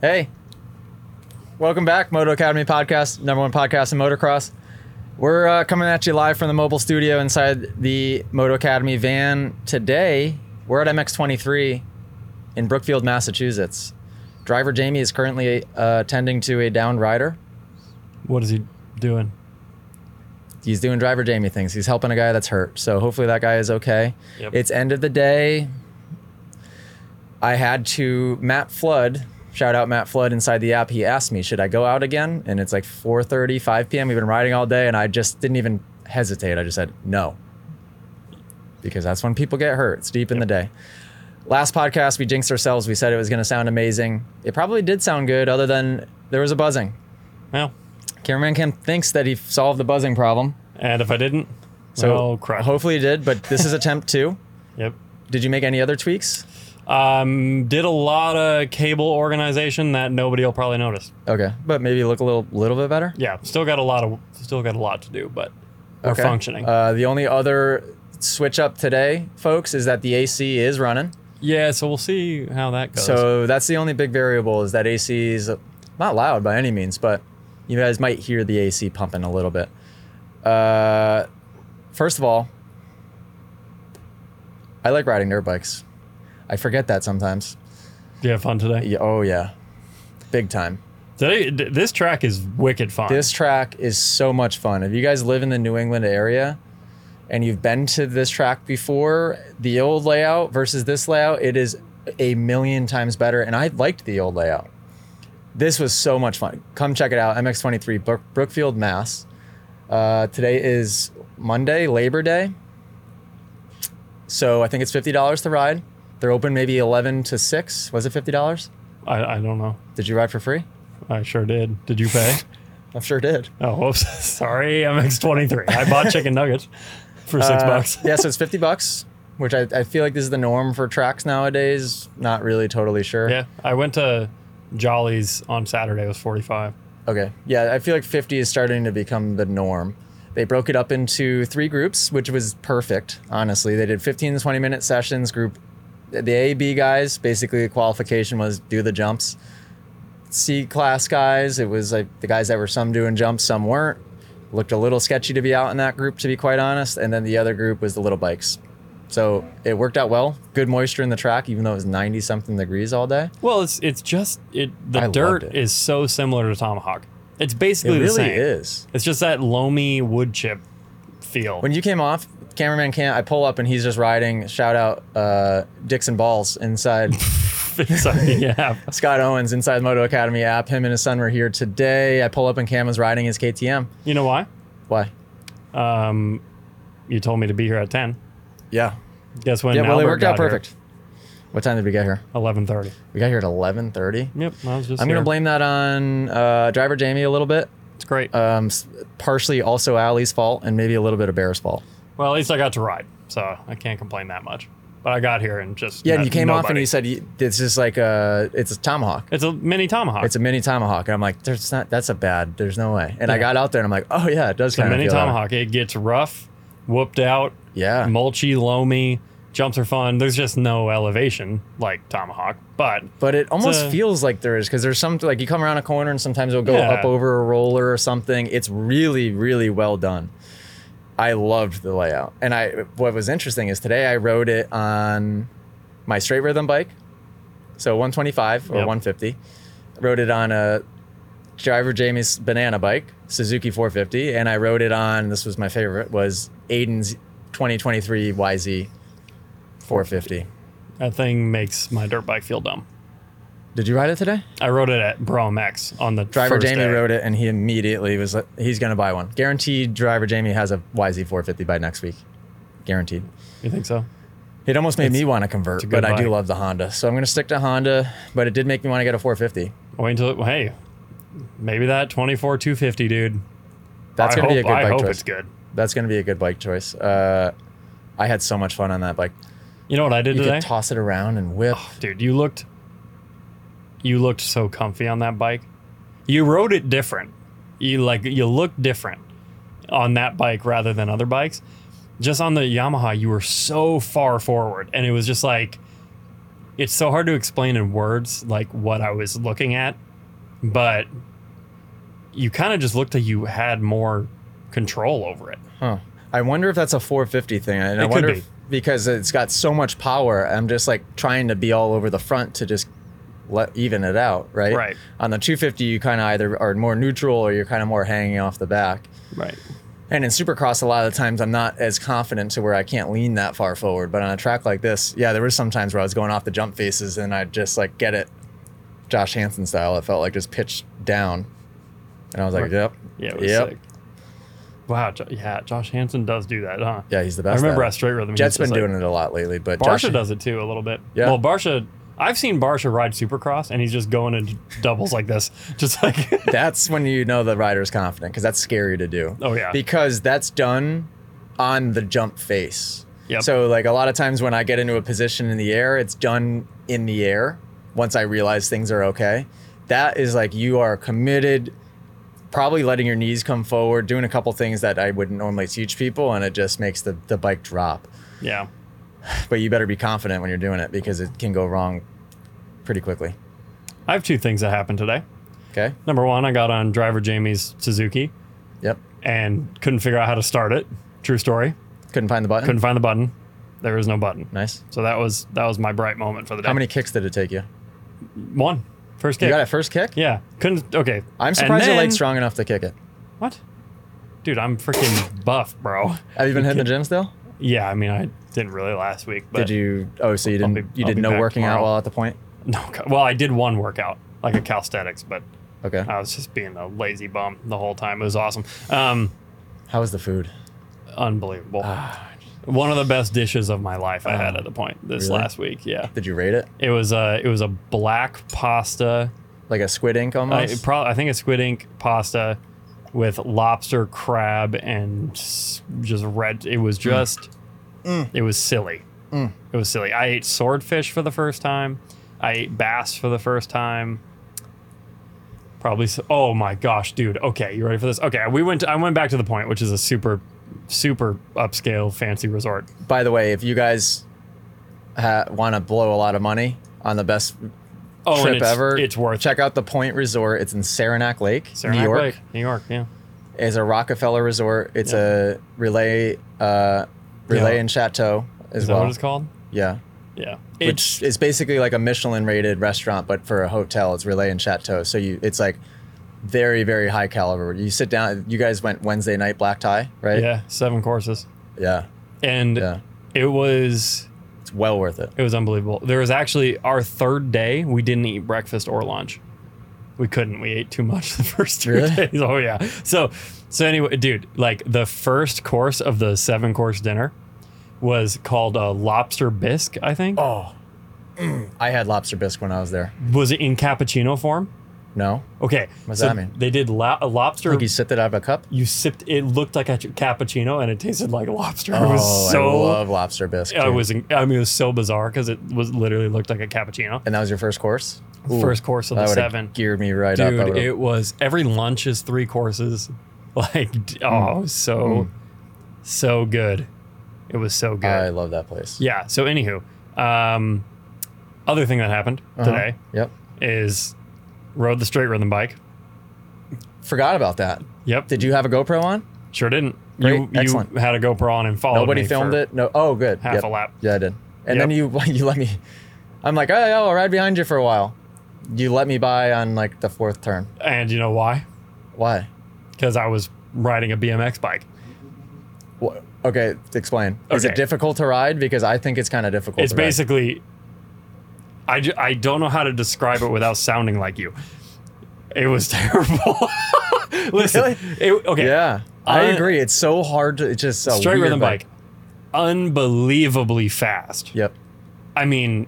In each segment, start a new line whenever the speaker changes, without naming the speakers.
Hey, welcome back, Moto Academy Podcast, number one podcast in motocross. We're uh, coming at you live from the mobile studio inside the Moto Academy van. Today, we're at MX23 in Brookfield, Massachusetts. Driver Jamie is currently uh, attending to a downed rider.
What is he doing?
He's doing driver Jamie things. He's helping a guy that's hurt. So hopefully that guy is okay.
Yep.
It's end of the day. I had to Matt Flood. Shout out Matt Flood inside the app. He asked me, "Should I go out again?" And it's like 4:30, 5 p.m. We've been riding all day, and I just didn't even hesitate. I just said no, because that's when people get hurt. It's deep in the day. Last podcast, we jinxed ourselves. We said it was going to sound amazing. It probably did sound good, other than there was a buzzing.
Well,
Cameraman Kim thinks that he solved the buzzing problem.
and if I didn't,
So
well, crap.
hopefully he did, but this is attempt two.
yep.
Did you make any other tweaks?
Um, did a lot of cable organization that nobody will probably notice.
Okay, but maybe look a little little bit better.
Yeah, still got a lot of still got a lot to do, but we're
Okay.
functioning.
Uh, the only other switch up today, folks, is that the AC is running.
yeah, so we'll see how that goes.
So that's the only big variable is that AC is not loud by any means, but you guys might hear the AC pumping a little bit. Uh, first of all, I like riding dirt bikes. I forget that sometimes.
do you have fun today?
Yeah, oh yeah, big time.
Today, d- this track is wicked fun.
This track is so much fun. If you guys live in the New England area and you've been to this track before, the old layout versus this layout, it is a million times better. And I liked the old layout. This was so much fun. Come check it out. MX23 Brook- Brookfield, Mass. Uh, today is Monday, Labor Day. So I think it's $50 to ride. They're open maybe 11 to 6. Was it $50?
I, I don't know.
Did you ride for free?
I sure did. Did you pay?
I sure did.
oh, whoops. Sorry, MX23. I bought chicken nuggets for six
Uh,
bucks.
yeah, so it's 50 bucks, which I, I feel like this is the norm for tracks nowadays. Not really totally sure.
Yeah, I went to Jolly's on Saturday. It was 45.
Okay. Yeah, I feel like 50 is starting to become the norm. They broke it up into three groups, which was perfect, honestly. They did 15 to 20 minute sessions. Group the A, B guys, basically the qualification was do the jumps. C class guys, it was like the guys that were some doing jumps, some weren't. Looked a little sketchy to be out in that group, to be quite honest. And then the other group was the little bikes. So it worked out well. Good moisture in the track, even though it was 90 something degrees all day.
Well, it's it's just it. The
I loved
dirt
it.
is so similar to Tomahawk. It's
It
basically the
really
same.
is.
It's just that loamy wood chip feel.
when you came off cameraman can't i pull up and he's just riding shout out uh, dixon balls inside
so, yeah,
scott owens inside moto academy app him and his son were here today i pull up and cam is riding his ktm
you know why?
why
Um, you told me to be here at ten.
yeah
Guess when?
yeah well it
Albert
worked out
got here?
perfect what time did we get here
11:30.
we got here at 11.30
Yep, I was just.
i'm
here.
gonna blame that on uh, driver jamie a little bit
It's great.
um, s- partially also Allie's fault and maybe a little bit of Bear's fault.
well, at least I got to ride, so I can't complain that much. But I got here and just
Yeah, and
met
you came off and
nobody.
you said you, it's just like a it's a tomahawk.
it's a mini Tomahawk.
It's a mini tomahawk. And I'm like, there's not, that's a bad, there's no way. And I
Yeah.
got out there and I'm like, oh yeah, it does
It's a
kind of
mini
feel that way.
Tomahawk. It gets rough, whooped out,
Yeah.
mulchy, loamy. Jumps are fun. There's just no elevation like Tomahawk, but
But it almost
a-
feels like there is because there's some, like you come around a corner and sometimes it'll go
Yeah.
up over a roller or something. It's really, really well done. I loved the layout. And I, what was interesting is today I rode it on my straight rhythm bike. So 125 or
Yep.
150. Rode it on a driver Jamie's banana bike, Suzuki 450, and I rode it on. This was my favorite. Was Aiden's 2023 YZ 450.
That thing makes my dirt bike feel dumb.
Did you ride it today?
I rode it at Brougham X on the
Driver
first
Jamie
day.
rode it, and he immediately was like, "He's gonna buy one." Guaranteed. Driver Jamie has a YZ 450 by next week. Guaranteed.
You think so?
It almost made me want to convert,
good
but I do
bike.
love the Honda, so I'm gonna stick to Honda. But it did make me want to get a 450.
Wait until it, hey, maybe that twenty four two fifty, dude.
That's
I
gonna be a
hope-
good
I
bike
hope
choice.
it's good.
That's gonna be a good bike choice. Uh, I had so much fun on that bike.
You know what I did
You
today,
could toss it around and whip.
dude? You looked, you looked so comfy on that bike. You rode it different. You like you looked different on that bike rather than other bikes. Just on the Yamaha, you were so far forward, and it was just like it's so hard to explain in words like what I was looking at, but you kind of just looked like you had more control over it.
Huh. I wonder if that's a 450 thing. And
It
I
could
wonder
be.
if because it's got so much power, I'm just like trying to be all over the front to just let even it out, right?
Right.
On the 250, you kind of either are more neutral or you're kind of more hanging off the back.
Right.
And in Supercross, a lot of the times I'm not as confident to where I can't lean that far forward. But on a track like this, yeah, there was some times where I was going off the jump faces and I'd just like get it Josh Hansen style. It felt like just pitched down. And I was like,
Right.
yep.
Yeah. It was
Yep.
sick. Wow. Jo- yeah. Josh Hansen does do that, huh?
Yeah, he's the
I
best.
remember
at
at
it.
Straight Rhythm. he
Jet's
was
been
just like-
doing it a lot lately, but
Barsha
Josh,
does it too a little bit.
Yeah.
Well, Barsha, I've seen Barsha ride Supercross, and he's just going in doubles like this, just like
that's when you know the rider's confident because that's scary to do.
oh yeah,
Because that's done on the jump face.
Yep.
So, like a lot of times when I get into a position in the air, it's done in the air once I realize things are okay. That is like you are committed, probably letting your knees come forward, doing a couple things that I wouldn't normally teach people, and it just makes the, the bike drop.
yeah.
But you better be confident when you're doing it because it can go wrong pretty quickly.
I have two things that happened today.
Okay.
Number one, I got on driver Jamie's Suzuki
Yep.
and couldn't figure out how to start it. True story.
Couldn't find the button.
Couldn't find the button. There was no button.
Nice.
So that was that was my bright moment for the day.
How many kicks did it take you?
One. First
You
kick.
got a first kick?
Yeah. Couldn't. Okay.
I'm
And
surprised your
then-
leg's strong enough to kick it.
What? Dude, I'm freaking buff, bro.
Have you been hitting the gym still?
Yeah, I mean, I didn't really last week, but
Did you? Oh, so you
I'll
didn't?
be-
you
I'll
did
be
no
back
working out
tomorrow.
while at the point.
No, co- well, I did one workout, like a calisthenics, but
Okay.
I was just being a lazy bum the whole time. It was awesome, um,
How was the food?
unbelievable. one of the best dishes of my life I had
Ah,
at the point this
really?
last week. Yeah,
Did you rate it
it was a it was a black pasta.
like a squid ink
I,
almost?
pro- Uh, I think it's squid ink pasta with lobster, crab, and s- just red. It was just, it was silly.
Mm.
It was silly. I ate swordfish for the first time. I ate bass for the first time. Probably. s- Oh my gosh, dude. Okay, you ready for this? Okay, we went. I went back to the point, which is a super, super upscale fancy resort.
By the way, if you guys ha- want to blow a lot of money on the best
Oh, and
trip
it's,
ever,
It's worth
check out the Point Resort. It's in Saranac Lake,
Saranac
New York.
Lake, New York. Yeah.
It's a Rockefeller resort. It's
Yeah.
a relay, uh, relay
Yeah.
and chateau as
Is that
well.
what it's called?
Yeah.
Yeah.
which is basically like a Michelin rated restaurant, but for a hotel. It's Relay and Chateau. So you, it's like very, very high caliber. You sit down. You guys went Wednesday night black tie, right?
yeah, seven courses,
Yeah.
and
Yeah.
it was
It's well worth it.
It was unbelievable. There was actually our third day, we didn't eat breakfast or lunch. We couldn't. We ate too much the first two
Really?
days. Oh yeah. So so anyway, dude, like the first course of the seven course dinner was called a lobster bisque, I think.
Oh. I had lobster bisque when I was there.
Was it in cappuccino form?
No,
Okay.
What's
so
that mean?
They did lo- a lobster.
I think you sipped it out of a cup.
you sipped. It looked like a ch- cappuccino, and it tasted like lobster. it
oh,
was so.
I love lobster bisque.
I
dude.
was. in- I mean, it was so bizarre because it was literally looked like a cappuccino.
and that was your first course. Ooh,
First course of the
that would've
seven.
geared me right up. I
dude
would've-
it was every lunch is three courses like d-
Hmm.
oh so so good it was so good
I love that place.
yeah so anywho um other thing that happened
Uh-huh.
today
Yep.
is rode the straight rhythm bike
Forgot about that.
yep
Did you have a GoPro on?
sure didn't
Great,
you you
excellent.
had a gopro on and followed
Nobody
me
filmed
for
it. No. Oh, good.
half
Yep.
a lap
Yeah, I did. And then
Yep.
you you let me. I'm like, oh, yeah, I'll ride behind you for a while. You let me by on like the fourth turn.
and you know why
Why?
because i was riding a bmx bike
Wha Okay, explain. Is
Okay.
it difficult to ride? Because I think it's kind of difficult.
it's
to ride.
basically I, ju- I don't know how to describe it without sounding like you it was terrible listen
Really?
it, okay
Yeah, I
Uh,
agree. It's so hard to. It's just a
straight
weird
rhythm bike. unbelievably fast
Yep.
i mean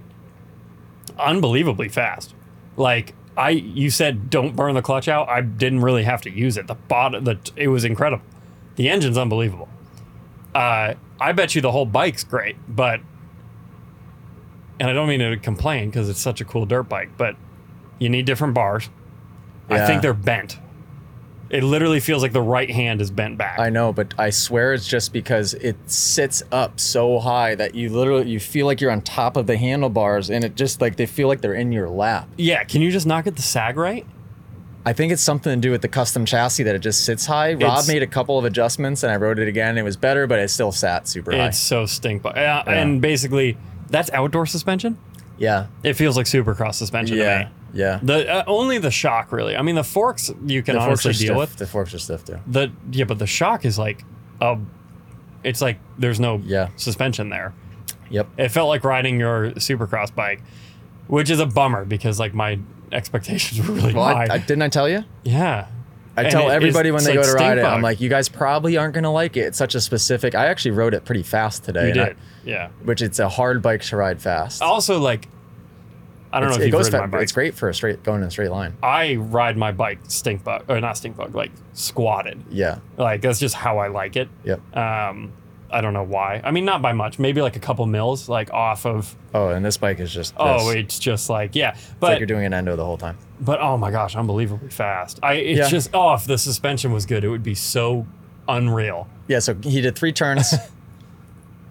unbelievably fast like i you said don't burn the clutch out i didn't really have to use it the bottom the it was incredible the engine's unbelievable uh i bet you the whole bike's great but and i don't mean to complain because it's such a cool dirt bike but you need different bars i
Yeah.
think they're bent It literally feels like the right hand is bent back.
I know, but I swear it's just because it sits up so high that you literally you feel like you're on top of the handlebars and it just like they feel like they're in your lap.
yeah, can you just not get the sag right?
I think it's something to do with the custom chassis that it just sits high. Rob
It's-
made a couple of adjustments and I rode it again. It was better, but it still sat super high.
It's so stink. bu- Uh, And basically, that's outdoor suspension.
Yeah.
It feels like supercross suspension to
Yeah.
me.
Yeah.
The uh, only the shock really. I mean, the forks you can honestly
forks are
deal
stiff.
with.
The forks are stiff too.
The yeah, but the shock is like, uh, it's like there's no
Yeah.
suspension there.
Yep.
It felt like riding your supercross bike, which is a bummer because like my expectations were really
Well, I,
high.
I, didn't I tell you?
yeah,
I
And
tell
it is-
everybody when
it's
they
like
go to ride
stink
it, I'm
bug.
like, you guys probably aren't gonna like it. It's such a specific. I actually rode it pretty fast today,
you
and I-
did. yeah.
which it's a hard bike to ride fast.
Also, like, I don't
It's-
know if
it
you've
goes
ridden my
fa-
bike.
It's great for a straight going in a straight line.
I ride my bike stink bug or not stink bug, like squatted.
Yeah.
Like that's just how I like it.
Yep.
Um, I don't know why. I mean, not by much. Maybe like a couple mils, like off of.
Oh, and this bike is just.
Oh,
this. it's
it's just like yeah,
like
but
you're doing an endo the whole time.
but oh my gosh, unbelievably fast. I it's
Yeah.
just oh, if the suspension was good, it would be so unreal.
Yeah. So he did three turns.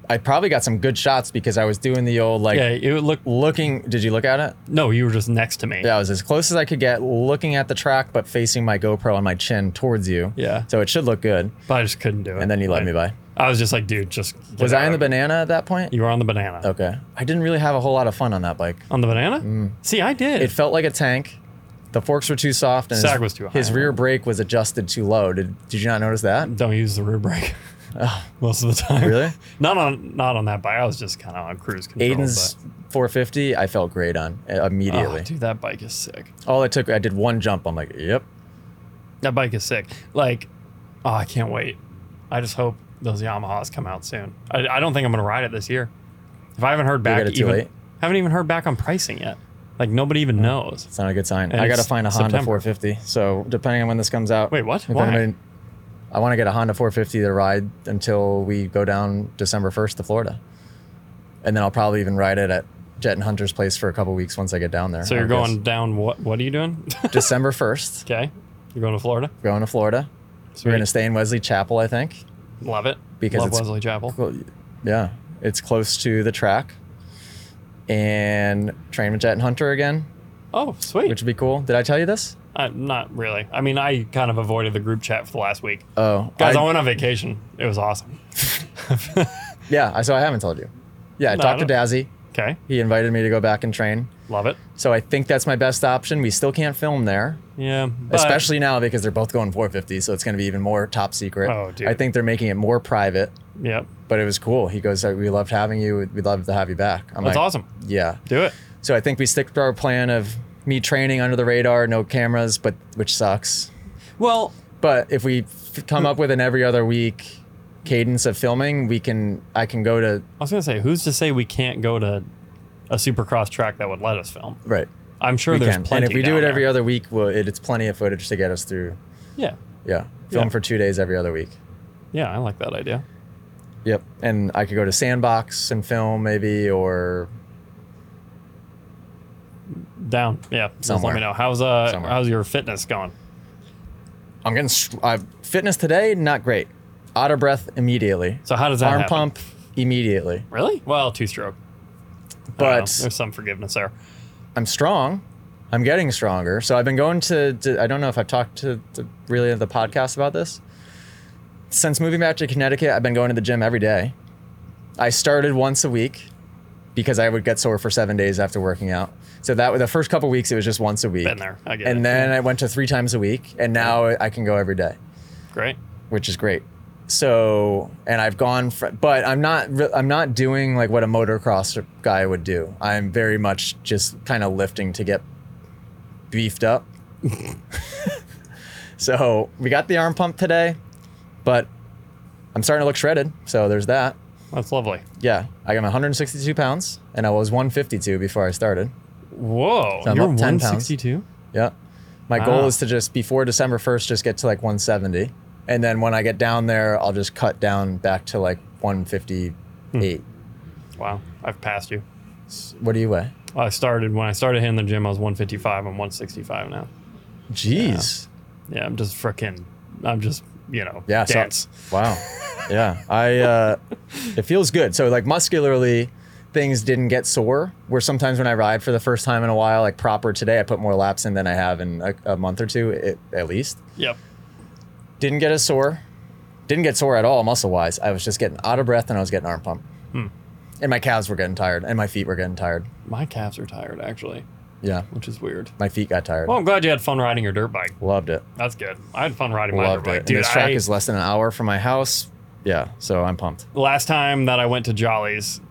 I probably got some good shots because I was doing the old like
Yeah, it would look.
looking. Did you look at it?
No, you were just next to me.
Yeah, I was as close as I could get, looking at the track but facing my GoPro on my chin towards you.
Yeah.
So it should look good.
but I just couldn't do it.
And then you let
I,
me by.
I was just like, dude, just get
Was I
out
on the Oh.
of it.
banana at that point?
You were on the banana.
Okay. I didn't really have a whole lot of fun on that bike.
On the banana? See, I did.
Mm. It felt like a tank. The forks were too soft, and
Sag
his,
was too high. Oh,
his rear brake was adjusted too low. Did Did you not notice that?
don't use the rear brake most of the time.
Ah. Really?
Not on not on that bike. I was just kind of on cruise control.
Aiden's 450, I felt great on uh,
but,
immediately.
oh, dude, that bike is sick.
All it took, I did one jump. I'm like, yep.
That bike is sick. Like, oh, I can't wait. I just hope those Yamahas come out soon. I, I don't think I'm gonna ride it this year. If I haven't heard back,
got it too
even
late? Oh.
haven't even heard back on pricing yet. Like nobody even knows.
It's not a good sign.
And
I got to
it's
find a Honda
September.
450. So depending on when this comes out,
Wait, what?
if
Why?
anybody- I want to get a Honda 450 to ride until we go down December 1st to Florida, and then I'll probably even ride it at Jet and Hunter's place for a couple weeks once I get down there.
So
I
you're
guess.
going down. What What are you doing?
December 1st.
okay, you're going to Florida.
Going to Florida.
So
We're gonna stay in Wesley Chapel, I think.
love it
because
love
it's-
Wesley Chapel.
Well, yeah, it's close to the track, and train with Jet and Hunter again,
Oh, sweet.
which would be cool. Did I tell you this?
Uh, not really. I mean, I kind of avoided the group chat for the last week.
Oh,
Guys, I,
I-
went on vacation. It was awesome.
yeah. I- So I haven't told you. Yeah,
No, I
Dr.
don't-
Dazzy.
Okay,
He invited me to go back and train.
love it.
So I think that's my best option. We still can't film there,
Yeah, but-
especially now because they're both going 450. So it's going to be even more top secret.
Oh, dude.
I think they're making it more private,
Yep,
but it was cool. He goes, "Uh, "We loved having you. We'd love to have you back." I'm
that's
like,
awesome.
Yeah.
Do it.
So I think we stick to our plan of me training under the radar, no cameras, but which sucks.
Well,
But if we f- come
Hmm.
up with an every other week cadence of filming, we can I can go to
I was gonna say, who's to say we can't go to a supercross track that would let us film?
right.
I'm sure
We
there's
can.
plenty.
And if we do
down
it every
there.
other week, we'll, it, it's plenty of footage to get us through.
yeah,
Yeah, film
Yeah.
for two days every other week.
yeah, I like that idea.
Yep. And I could go to Sandbox and film maybe, or
Down, yeah. Just
Somewhere.
let me know how's uh
Somewhere.
how's your fitness going?
I'm getting str- I've, fitness today. Not great. Out of breath immediately.
So how does that
Arm
happen?
pump immediately.
Really? Well, two stroke,
But
there's some forgiveness there.
I'm strong. I'm getting stronger. So I've been going to, to I don't know if I've talked to, to really the podcast about this. Since moving back to Connecticut, I've been going to the gym every day. I started once a week because I would get sore for seven days after working out. So that was the first couple weeks, it was just once a week.
Been there. I get
And
it.
then I went to three times a week, and now I can go every day
Great.
which is great. So, and I've gone, fr- but I'm not, re- I'm not doing like what a motocross guy would do. I'm very much just kind of lifting to get beefed up. so we got the arm pump today, but I'm starting to look shredded. So there's that.
That's lovely.
Yeah, I am 162 pounds, and I was 152 before I started.
Whoa,
I'm
you're
up 10 pounds.
162.
Yeah. My goal
Wow.
is to just before December 1st, just get to like 170. And then when I get down there, I'll just cut down back to like 158.
Hmm. Wow, I've passed you.
What do you weigh?
I started when I started hitting the gym. I was 155. I'm 165 now.
Jeez.
Yeah, I'm just freaking. I'm just you know.
Yeah, so-
Dance.
Wow. Yeah. I uh it feels good. So like muscularly things didn't get sore where sometimes when I ride for the first time in a while, like proper today, I put more laps in than I have in a, a month or two it, at least.
yep.
Didn't get as sore. Didn't get sore at all muscle wise. I was just getting out of breath and I was getting arm pump.
Hmm.
And my calves were getting tired and my feet were getting tired.
My calves are tired actually,
Yeah.
which is weird.
My feet got tired.
Well, I'm glad you had fun riding your dirt bike.
Loved it.
That's good. I had fun riding my
Loved
dirt
it.
bike,
And
dude.
this track
I-
is less than an hour from my house. Yeah. So I'm pumped.
last time that I went to Jolly's,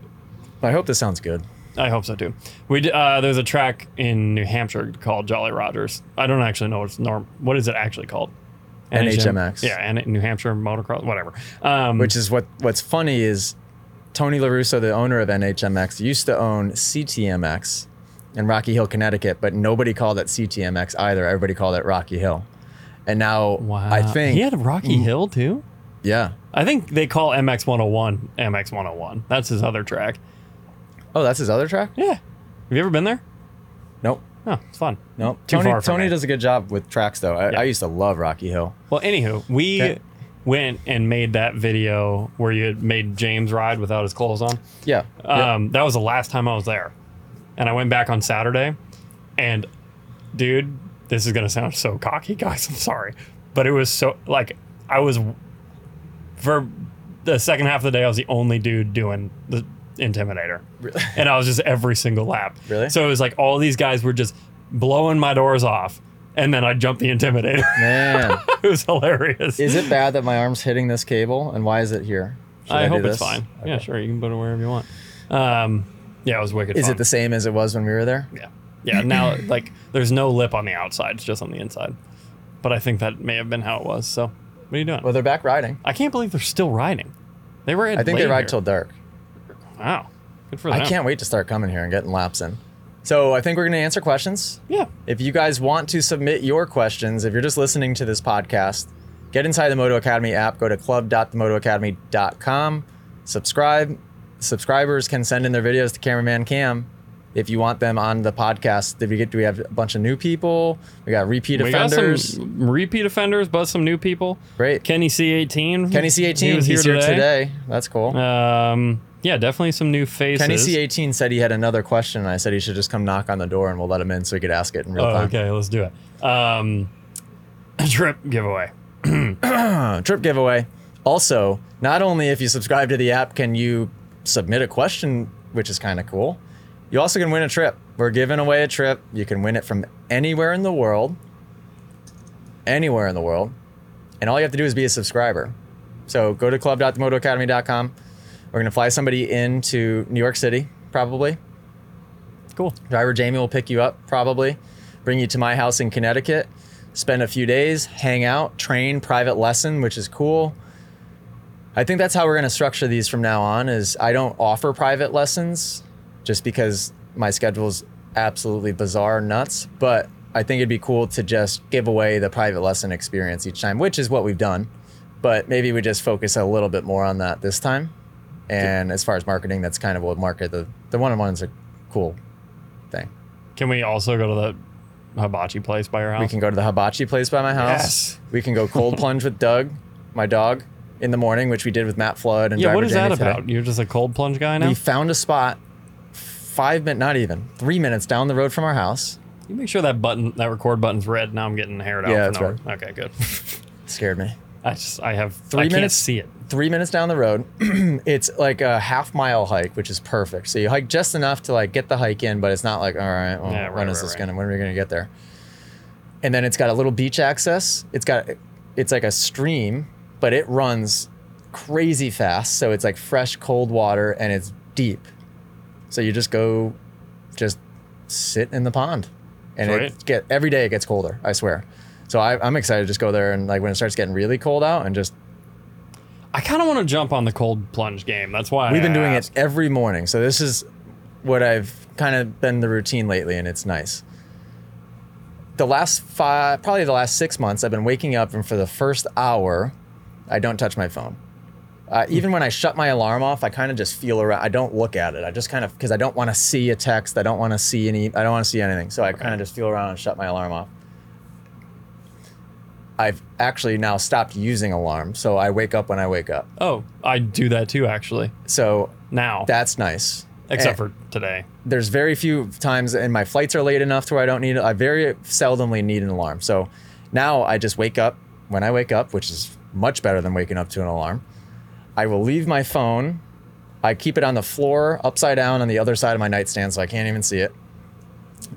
I hope this sounds good.
I hope so too. We d- uh, there's a track in New Hampshire called Jolly Rogers. I don't actually know what's norm. What is it actually called?
NHMX.
Yeah, and New Hampshire motocross, whatever. Um,
which is what what's funny is Tony LaRusso, the owner of NHMX, used to own CTMX in Rocky Hill, Connecticut, but nobody called it CTMX either. Everybody called it Rocky Hill. And now
wow,
I think
he had a Rocky Hill too.
yeah.
I think they call MX 101 MX 101. That's his other track.
Oh, that's his other track?
Yeah. Have you ever been there?
Nope.
Oh, it's fun.
Nope.
Too
Tony
far from
Tony
me.
does a good job with tracks though. I,
Yeah.
I used to love Rocky Hill.
Well, anywho, we
Okay.
went and made that video where you had made James ride without his clothes on.
Yeah. Yeah.
Um, That was the last time I was there. And I went back on Saturday. And, dude, this is going to sound so cocky, guys. I'm sorry. But it was so, like, I was, for the second half of the day, I was the only dude doing the Intimidator. And I was just every single lap.
Really?
So it was like all these guys were just blowing my doors off. And then I jumped the Intimidator.
Man.
it was hilarious.
is it bad that my arm's hitting this cable and why is it here? Should
I,
do
hope it's
this?
fine. Yeah, sure. You can put it wherever you want. Um, yeah, it was wicked.
Is
fun.
it the same as it was when we were there?
Yeah. Yeah. Now, like, there's no lip on the outside, it's just on the inside. But I think that may have been how it was. So, what are you doing?
Well, they're back riding.
I can't believe they're still riding. They were.
I think they ride till dark.
Wow. Good for them.
I can't wait to start coming here and getting laps in. So I think we're going to answer questions.
Yeah.
If you guys want to submit your questions, if you're just listening to this podcast, get inside the Moto Academy app, go to club.themotoacademy.com, subscribe. Subscribers can send in their videos to cameraman Cam if you want them on the podcast. Did we get do we have a bunch of new people? We got repeat
We got
offenders.
some repeat offenders, but some new people.
Great.
Kenny C18.
Kenny C18
He was
he's here today. That's cool.
Um, yeah, definitely some new faces.
Kenny C18 said he had another question. And I said he should just come knock on the door and we'll let him in so he could ask it in real
Oh,
time.
okay, let's do it. Um, trip giveaway.
Uh, trip giveaway. Also, not only if you subscribe to the app can you submit a question, which is kind of cool, you also can win a trip. We're giving away a trip. You can win it from anywhere in the world. Anywhere in the world. And all you have to do is be a subscriber. So go to club.themotoacademy.com. We're going to fly somebody into New York City, probably.
Cool.
Driver Jamie will pick you up probably, bring you to my house in Connecticut, spend a few days, hang out, train, private lesson, which is cool. I think that's how we're going to structure these from now on is I don't offer private lessons just because my schedule's absolutely bizarre nuts, but I think it'd be cool to just give away the private lesson experience each time, which is what we've done. But maybe we just focus a little bit more on that this time. And as far as marketing, that's kind of what market the the one-on-ones are cool thing.
Can we also go to the hibachi place by your house?
We can go to the hibachi place by my house.
Yes.
We can go cold plunge with Doug, my dog, in the morning, which we did with Matt Flood and
Yeah,
Driver
what is
Jamie
that
today.
about? You're just a cold plunge guy now?
We found a spot five minutes, not even three minutes down the road from our house.
You make sure that button, that record button's red. Now I'm getting haired out.
Yeah,
for
that's
no- Okay, good.
Scared me.
I just, I have
Three
I Can't
minutes?
see it.
Three minutes down the road, it's like a half mile hike, which is perfect. So you hike just enough to like get the hike in, but it's not like, all right, well,
Yeah, right,
when is
right,
this
right.
gonna? When are we gonna get there? And then it's got a little beach access. It's got, it's like a stream, but it runs crazy fast. So it's like fresh, cold water, and it's deep. So you just go, just sit in the pond, and
Right.
it get every day it gets colder. I swear. So I, I'm excited to just go there and like when it starts getting really cold out and just
I kind of want to jump on the cold plunge game. That's why
We've been doing it
asked.
every morning. So this is what I've kind of been the routine lately, and it's nice. The last five, probably the last six months, I've been waking up, and for the first hour, I don't touch my phone. Uh, even when I shut my alarm off, I kind of just feel around. I don't look at it. I just kind of because I don't want to see a text. I don't want to see any. I don't want to see anything. So I kind of just feel around and shut my alarm off. I've actually now stopped using alarm, so I wake up when I wake up.
Oh, I do that too, actually.
So
Now,
that's nice.
except
And
for today.
there's very few times, and my flights are late enough to where I don't need. I very seldomly need an alarm. So now I just wake up when I wake up, which is much better than waking up to an alarm. I will leave my phone. I keep it on the floor, upside down, on the other side of my nightstand, so I can't even see it.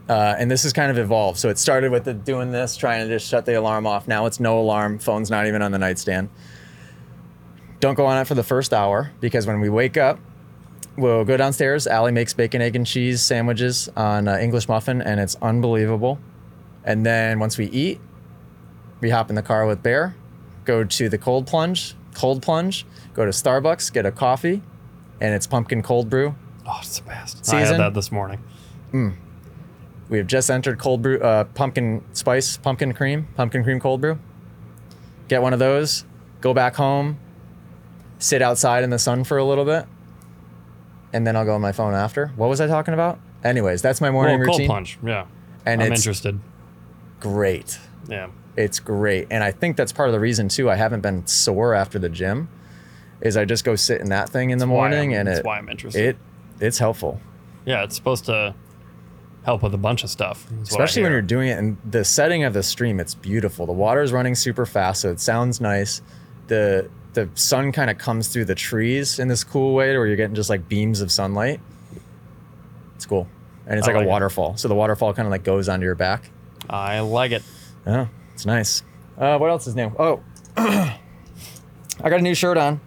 Uh, and this has kind of evolved. So it started with the, doing this, trying to just shut the alarm off. Now it's no alarm. Phone's not even on the nightstand. Don't go on it for the first hour because when we wake up, we'll go downstairs. Allie makes bacon, egg, and cheese sandwiches on uh, English muffin, and it's unbelievable. And then once we eat, we hop in the car with Bear, go to the cold plunge, cold plunge, go to Starbucks, get a coffee, and it's pumpkin cold brew.
Oh, it's the best. I
Season?
had that this morning.
We have just entered cold brew, uh, pumpkin spice, pumpkin cream, pumpkin cream cold brew. Get one of those, go back home, sit outside in the sun for a little bit, and then I'll go on my phone after. What was I talking about? Anyways, that's my
Well,
morning
Oh, cold
routine.
plunge. Yeah.
And
I'm
it's
interested.
great.
Yeah.
It's great. And I think that's part of the reason, too, I haven't been sore after the gym, is I just go sit in that thing in the morning
why
and
I'm- that's
it,
why I'm interested.
it it's helpful.
yeah, it's supposed to help with a bunch of stuff. is what I
especially when
hear.
you're doing it in the setting of the stream it's beautiful the water is running super fast so it sounds nice the the sun kind of comes through the trees in this cool way where you're getting just like beams of sunlight it's cool and it's
I
like,
like
a
it.
waterfall so the waterfall kind of like goes onto your back
I like it.
yeah it's nice uh, what else is new oh i got a new shirt on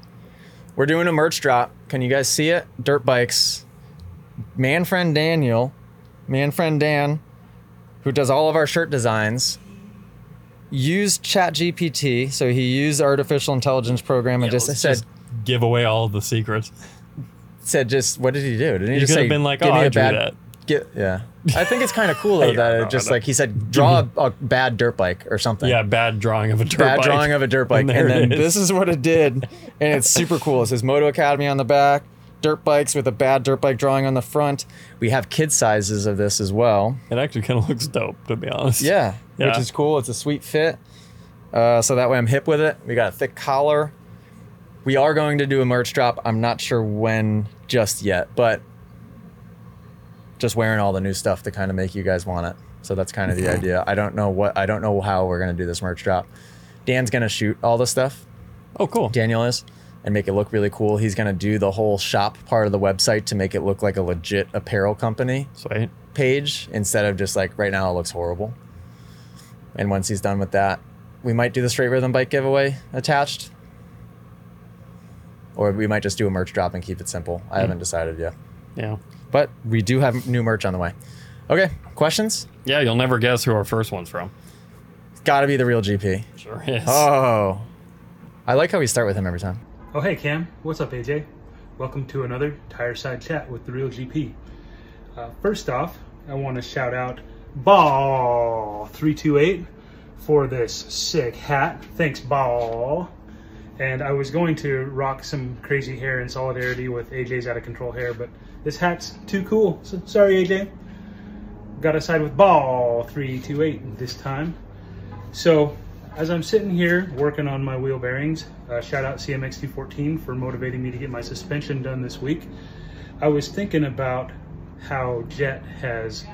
we're doing a merch drop can you guys see it dirt bikes man friend daniel man friend dan who does all of our shirt designs, used ChatGPT. So he used artificial intelligence program and
Yeah,
just
let's
said,
just give away all the secrets.
said just what did he do? Didn't he
You
just
could
say,
have been like,
"Give
"Oh,
me
I
a
drew
bad,
that."
gi- yeah. I think it's kind of cool though
Yeah,
that
no,
it
I
just
know. Mm-hmm.
like he said, draw a, a bad dirt bike or something.
Yeah, bad drawing of a dirt
Bad
bike.
drawing of a dirt bike, and,
there it
then
is.
this is what it did, and it's super cool. It says Moto Academy on the back, dirt bikes with a bad dirt bike drawing on the front. We have kid sizes of this as well.
It actually kind of looks dope, to be honest.
Yeah, which
Yeah.
is cool. It's a sweet fit. Uh, so that way I'm hip with it. We got a thick collar. We are going to do a merch drop. I'm not sure when just yet, but just wearing all the new stuff to kind of make you guys want it. So that's kind of
Mm-hmm.
the idea. I don't know what I don't know how we're gonna do this merch drop. Dan's gonna shoot all the stuff.
Oh, cool.
Daniel is and make it look really cool. He's gonna do the whole shop part of the website to make it look like a legit apparel company
Sweet.
page instead of just like right now it looks horrible. And once he's done with that, we might do the straight rhythm bike giveaway attached. Or we might just do a merch drop and keep it simple. I haven't decided yet.
Yeah.
But we do have new merch on the way. Okay, questions?
Yeah, you'll never guess who our first one's from.
It's gotta be the real GP.
Sure is.
Oh. I like how we start with him every time.
Oh, hey, Cam. What's up, AJ? Welcome to another Tire Side Chat with The Real GP. Uh, first off, I want to shout out Ball328 for this sick hat. Thanks, Ball. And I was going to rock some crazy hair in solidarity with AJ's out of control hair, but this hat's too cool. So sorry, AJ. Got to side with Ball328 this time. So, as I'm sitting here working on my wheel bearings, uh, shout out CMX214 for motivating me to get my suspension done this week. I was thinking about how Jet has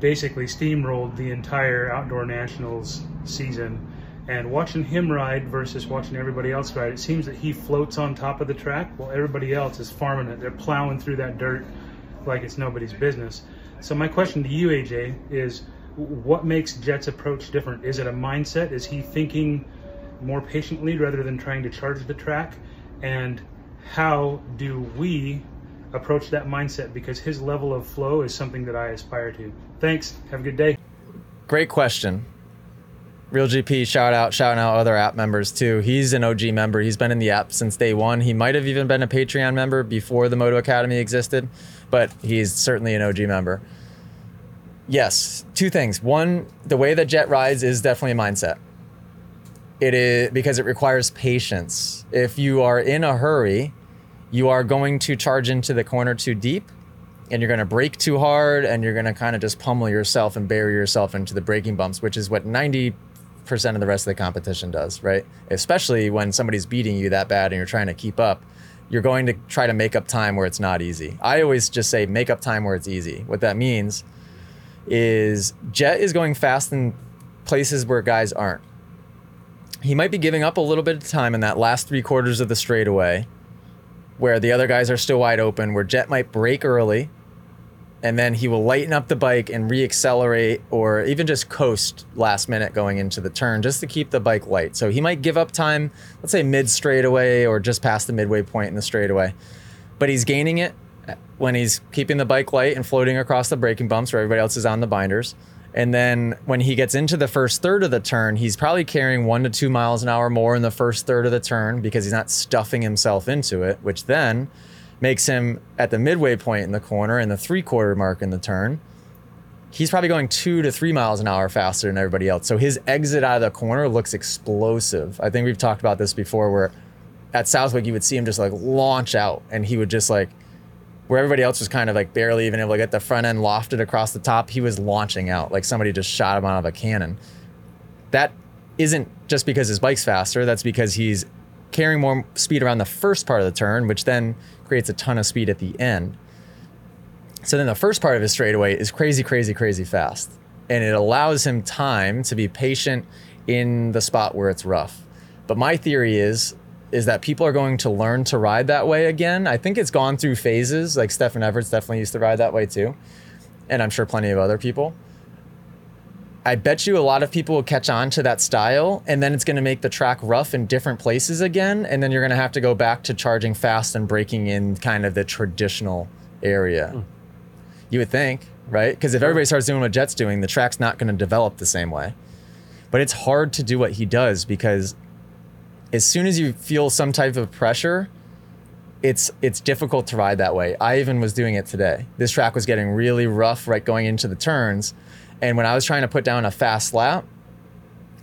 basically steamrolled the entire Outdoor Nationals season. And watching him ride versus watching everybody else ride, it seems that he floats on top of the track while everybody else is farming it. They're plowing through that dirt like it's nobody's business. So, my question to you, AJ, is what makes Jet's approach different? Is it a mindset? Is he thinking more patiently rather than trying to charge the track? And how do we approach that mindset? Because his level of flow is something that I aspire to. Thanks. Have a good day.
Great question. Real GP, shout out, shouting out other app members too. He's an OG member. He's been in the app since day one. He might have even been a Patreon member before the Moto Academy existed, but he's certainly an OG member. Yes, two things. One, the way that Jet rides is definitely a mindset. It is because it requires patience. If you are in a hurry, you are going to charge into the corner too deep and you're going to brake too hard and you're going to kind of just pummel yourself and bury yourself into the braking bumps, which is what 95% percent of the rest of the competition does, right? Especially when somebody's beating you that bad and you're trying to keep up, you're going to try to make up time where it's not easy. I always just say make up time where it's easy. What that means is Jet is going fast in places where guys aren't. He might be giving up a little bit of time in that last three quarters of the straightaway where the other guys are still wide open, where Jet might break early, and then he will lighten up the bike and reaccelerate or even just coast last minute going into the turn just to keep the bike light. So he might give up time, let's say mid straightaway or just past the midway point in the straightaway, but he's gaining it when he's keeping the bike light and floating across the braking bumps where everybody else is on the binders. And then when he gets into the first third of the turn, he's probably carrying one to two miles an hour more in the first third of the turn because he's not stuffing himself into it, which then makes him at the midway point in the corner and the three quarter mark in the turn. He's probably going two to three miles an hour faster than everybody else. So his exit out of the corner looks explosive. I think we've talked about this before where at Southwick, you would see him just like launch out and he would just like where everybody else was kind of like barely even able to get the front end lofted across the top, he was launching out like somebody just shot him out of a cannon. That isn't just because his bike's faster, that's because he's carrying more speed around the first part of the turn, which then creates a ton of speed at the end. So then the first part of his straightaway is crazy, crazy, crazy fast. And it allows him time to be patient in the spot where it's rough. But my theory is is that people are going to learn to ride that way again. I think it's gone through phases. Like Stefan Everts definitely used to ride that way too. And I'm sure plenty of other people. I bet you a lot of people will catch on to that style and then it's going to make the track rough in different places again. And then you're going to have to go back to charging fast and breaking in kind of the traditional area.
Mm.
You would think, right? Because if everybody starts doing what Jet's doing, the track's not going to develop the same way. But it's hard to do what he does because as soon as you feel some type of pressure, it's it's difficult to ride that way. I even was doing it today. This track was getting really rough right going into the turns, and when I was trying to put down a fast lap,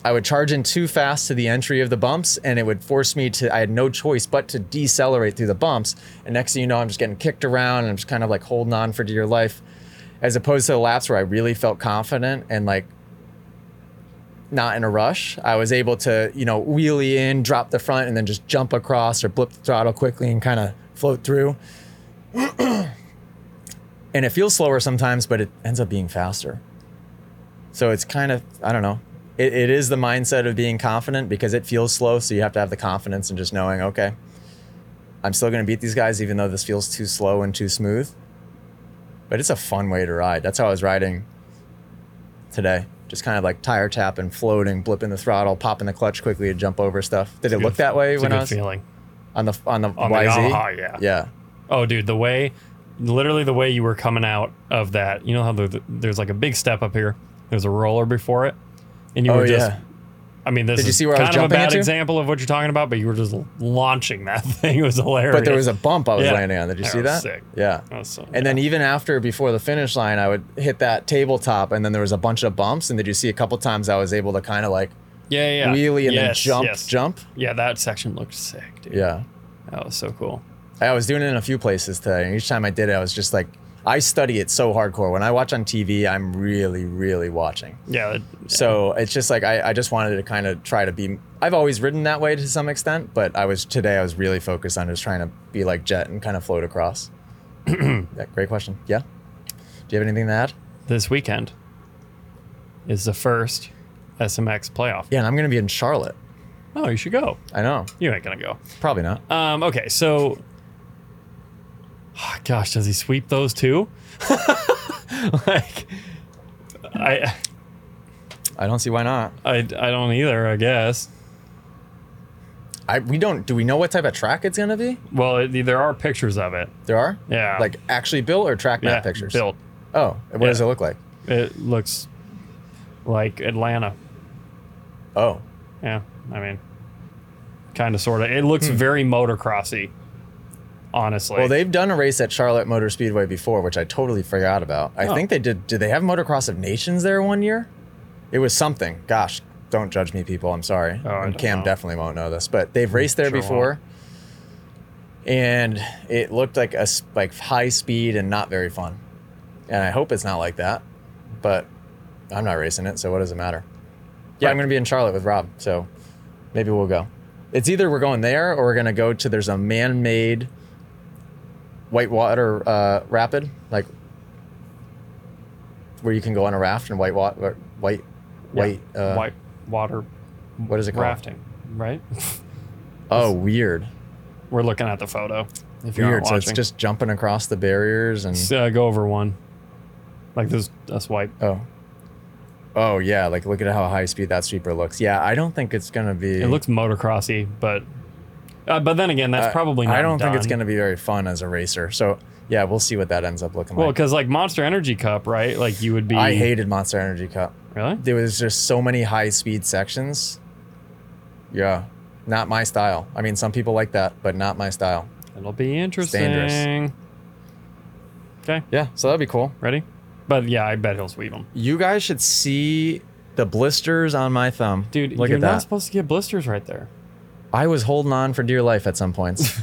I would charge in too fast to the entry of the bumps, and it would force me to. I had no choice but to decelerate through the bumps. And next thing you know, I'm just getting kicked around, and I'm just kind of like holding on for dear life, as opposed to the laps where I really felt confident and like not in a rush. I was able to, you know, wheelie in, drop the front, and then just jump across or blip the throttle quickly and kind of float through. and it feels slower sometimes, but it ends up being faster. So it's kind of, I don't know. It, it is the mindset of being confident because it feels slow. So you have to have the confidence and just knowing, okay, I'm still going to beat these guys, even though this feels too slow and too smooth. But it's a fun way to ride. That's how I was riding today. Just kind of like tire tapping, floating, blipping the throttle, popping the clutch quickly to jump over stuff. Did it look that way
it's
when
a good
I was
feeling.
on the on the
On the
YZ?
Yamaha, yeah.
yeah.
Oh, dude, the way, literally the way you were coming out of that, you know how the, there's like a big step up here. There's a roller before it, and you
Oh
were just.
yeah.
I mean, this
Did you
is
see where I
kind
was
of a
jumping
bad
into?
example of what you're talking about, but you were just launching that thing. It was hilarious.
But there was a bump I was
Yeah.
landing on. Did you
That
see
was
that?
sick.
Yeah.
That was so-
And then even after, before the finish line, I would hit that tabletop, and then there was a bunch of bumps. And did you see a couple times I was able to kind of like
yeah, yeah, yeah.
wheelie and
Yes,
then jump,
yes.
jump?
Yeah, that section looked sick, dude.
Yeah.
That was so cool.
I was doing it in a few places today, and each time I did it, I was just like, I study it so hardcore. When I watch on TV, I'm really, really watching.
Yeah. it-
So it's just like I, I just wanted to kind of try to be. I've always ridden that way to some extent, but I was today I was really focused on just trying to be like Jet and kind of float across. yeah, great question. Yeah. Do you have anything to add?
this weekend is the first SMX playoff.
Yeah, and I'm gonna be in Charlotte.
Oh, you should go.
I know.
You ain't gonna go.
Probably not.
Um, okay, so Ah, gosh, does he sweep those two? like I,
I don't see why not.
I I don't either, I guess.
I we don't. Do we know what type of track it's gonna be?
Well, it, there are pictures of it.
There are.
Yeah.
Like actually built or track map
yeah,
pictures.
built.
Oh, what does it
Yeah.
look like?
It looks like Atlanta.
Oh,
Yeah, I mean, kind of, sort of. It looks very motocrossy, honestly.
Hmm. well, they've done a race at Charlotte Motor Speedway before, which I totally forgot about. I
Oh.
think they did. Did they have Motocross of Nations there one year? It was something. Gosh, don't judge me, people. I'm sorry.
Oh, I
and
don't
Cam
know.
definitely won't know this, but they've raced there
Sure won't.
before, and it looked like a s- like high speed and not very fun. And I hope it's not like that, but I'm not racing it, so what does it matter? Yeah, I'm going to be in Charlotte with Rob, so maybe we'll go. It's either we're going there or we're going to go to there's a man-made whitewater uh, rapid, like where you can go on a raft and white water, white,
Yeah.
white, uh,
white water
What is it called?
rafting, right?
Oh, weird.
We're looking at the photo. If you're
weird.
not
So it's
watching.
just jumping across the barriers and
S- uh, go over one. Like this, that's white.
oh, oh yeah. Like look at how high speed that sweeper looks. Yeah, I don't think it's going to be.
It looks motocrossy, but uh, but then again, that's
I-
probably not.
I don't think it's going
done.
to be very fun as a racer. So yeah, we'll see what that ends up looking
Well,
like.
because like Monster Energy Cup, right? Like you would be.
I hated Monster Energy Cup.
Really?
There was just so many high speed sections. Yeah, not my style. I mean, some people like that, but not my style.
It'll be
dangerous.
interesting. Okay,
Yeah, so that'd be cool.
ready? But yeah, I bet he'll sweep them,
You guys should see the blisters on my thumb,
dude.
Look
you're
at
not
that.
supposed to get blisters right there.
I was holding on for dear life at some points,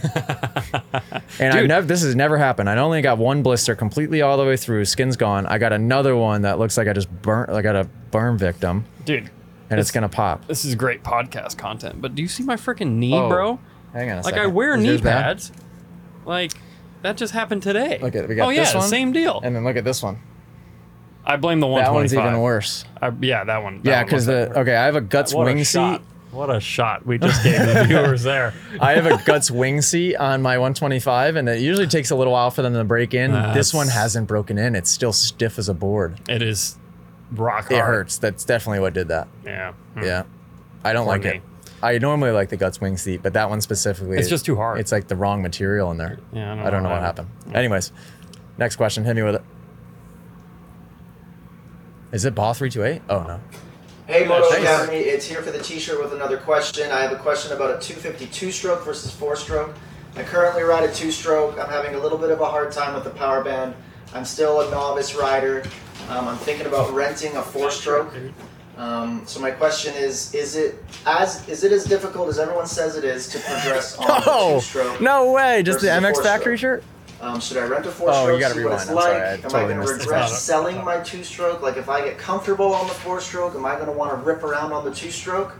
and I
Dude.
never. This has never happened. I only got one blister completely all the way through. Skin's gone. I got another one that looks like I just burnt. I got a burn victim,
dude,
and it's gonna pop.
this is great podcast content. But do you see my freaking knee,
Oh.
bro?
Hang on a
Like
second.
I wear
Is
knee
yours bad?
pads. Like that just happened today.
Look at- we got
oh yeah,
this one,
same deal.
And then look at this one.
I blame the
That one's
125.
even worse.
I, yeah, that one. that
Yeah,
one
because
was
the okay, I have a guts
What
wing
a
seat.
shot. What a shot we just gave the viewers there.
I have a guts wing seat on my 125, and it usually takes a little while for them to break in.
That's-
this one hasn't broken in; it's still stiff as a board.
It is rock
It
hard.
hurts. That's definitely what did that.
Yeah.
Yeah, I don't
Hmm. Poor
like
me.
it. I normally like the guts wing seat, but that one specifically,
It's just too hard.
It's like the wrong material in there.
Yeah, I don't
I don't
know
know what
why.
happened. Anyways, next question. Hit me with it. Is it ball three two eight? Oh no.
Hey, Moto
Thanks.
Academy, it's here for the t-shirt with another question. I have a question about a 252 stroke versus 4 stroke. I currently ride a 2 stroke. I'm having a little bit of a hard time with the power band. I'm still a novice rider. Um, I'm thinking about renting a 4 stroke. Um, so my question is, is it as is it as difficult as everyone says it is to progress on a 2
Oh
stroke?
no way! Just the
versus a
MX
four-stroke.
Factory shirt.
Um, should I rent a four
Oh,
stroke?
you gotta
see what
rewind.
it's
I'm
like?
sorry, I
Am
totally
I gonna
missed it.
regret
It's not a-
selling my two stroke? Like if I get comfortable on the four stroke, am I gonna want to rip around on the two stroke?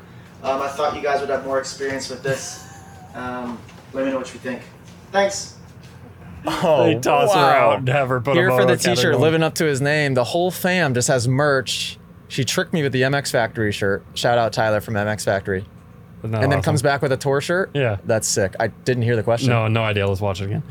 Um, I thought you guys would have more experience with this. Um, let me know what you think. Thanks.
Oh,
They toss her
wow.
out and have her put a
Here for
moto
the t-shirt,
category.
living up to his name. The whole fam just has merch. She tricked me with the MX Factory shirt. Shout out Tyler from MX Factory.
Isn't that
and then
awesome?
comes back with a tour shirt.
Yeah.
That's sick. I didn't hear the question.
No, no idea. Let's watch it again.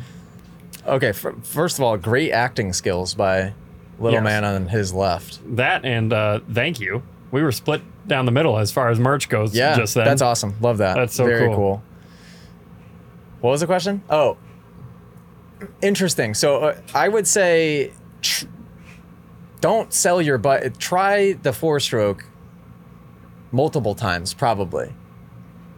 Okay, fir- first of all, great acting skills by little
Yes.
man on his left.
That and uh, thank you. We were split down the middle as far as merch goes.
Yeah,
just then.
that's awesome. Love that.
That's so
Very
cool.
What was the question? Oh, interesting. So uh, I would say, tr- don't sell your butt. Try the four stroke multiple times, probably.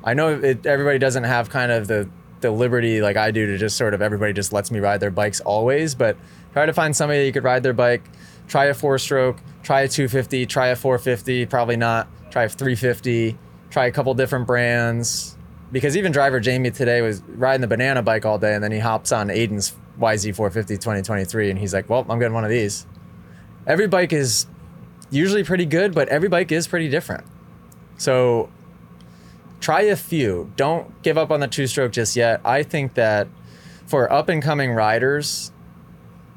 I know it, everybody doesn't have kind of the the liberty like I do to just sort of everybody just lets me ride their bikes always, but try to find somebody that you could ride their bike. Try a four stroke, try a 250, try a 450, probably not. Try a 350, try a couple different brands. Because even driver Jamie today was riding the banana bike all day and then he hops on Aiden's YZ450 2023 and he's like, well, I'm getting one of these. Every bike is usually pretty good, but every bike is pretty different. So try a few. Don't give up on the two stroke just yet. I think that for up and coming riders,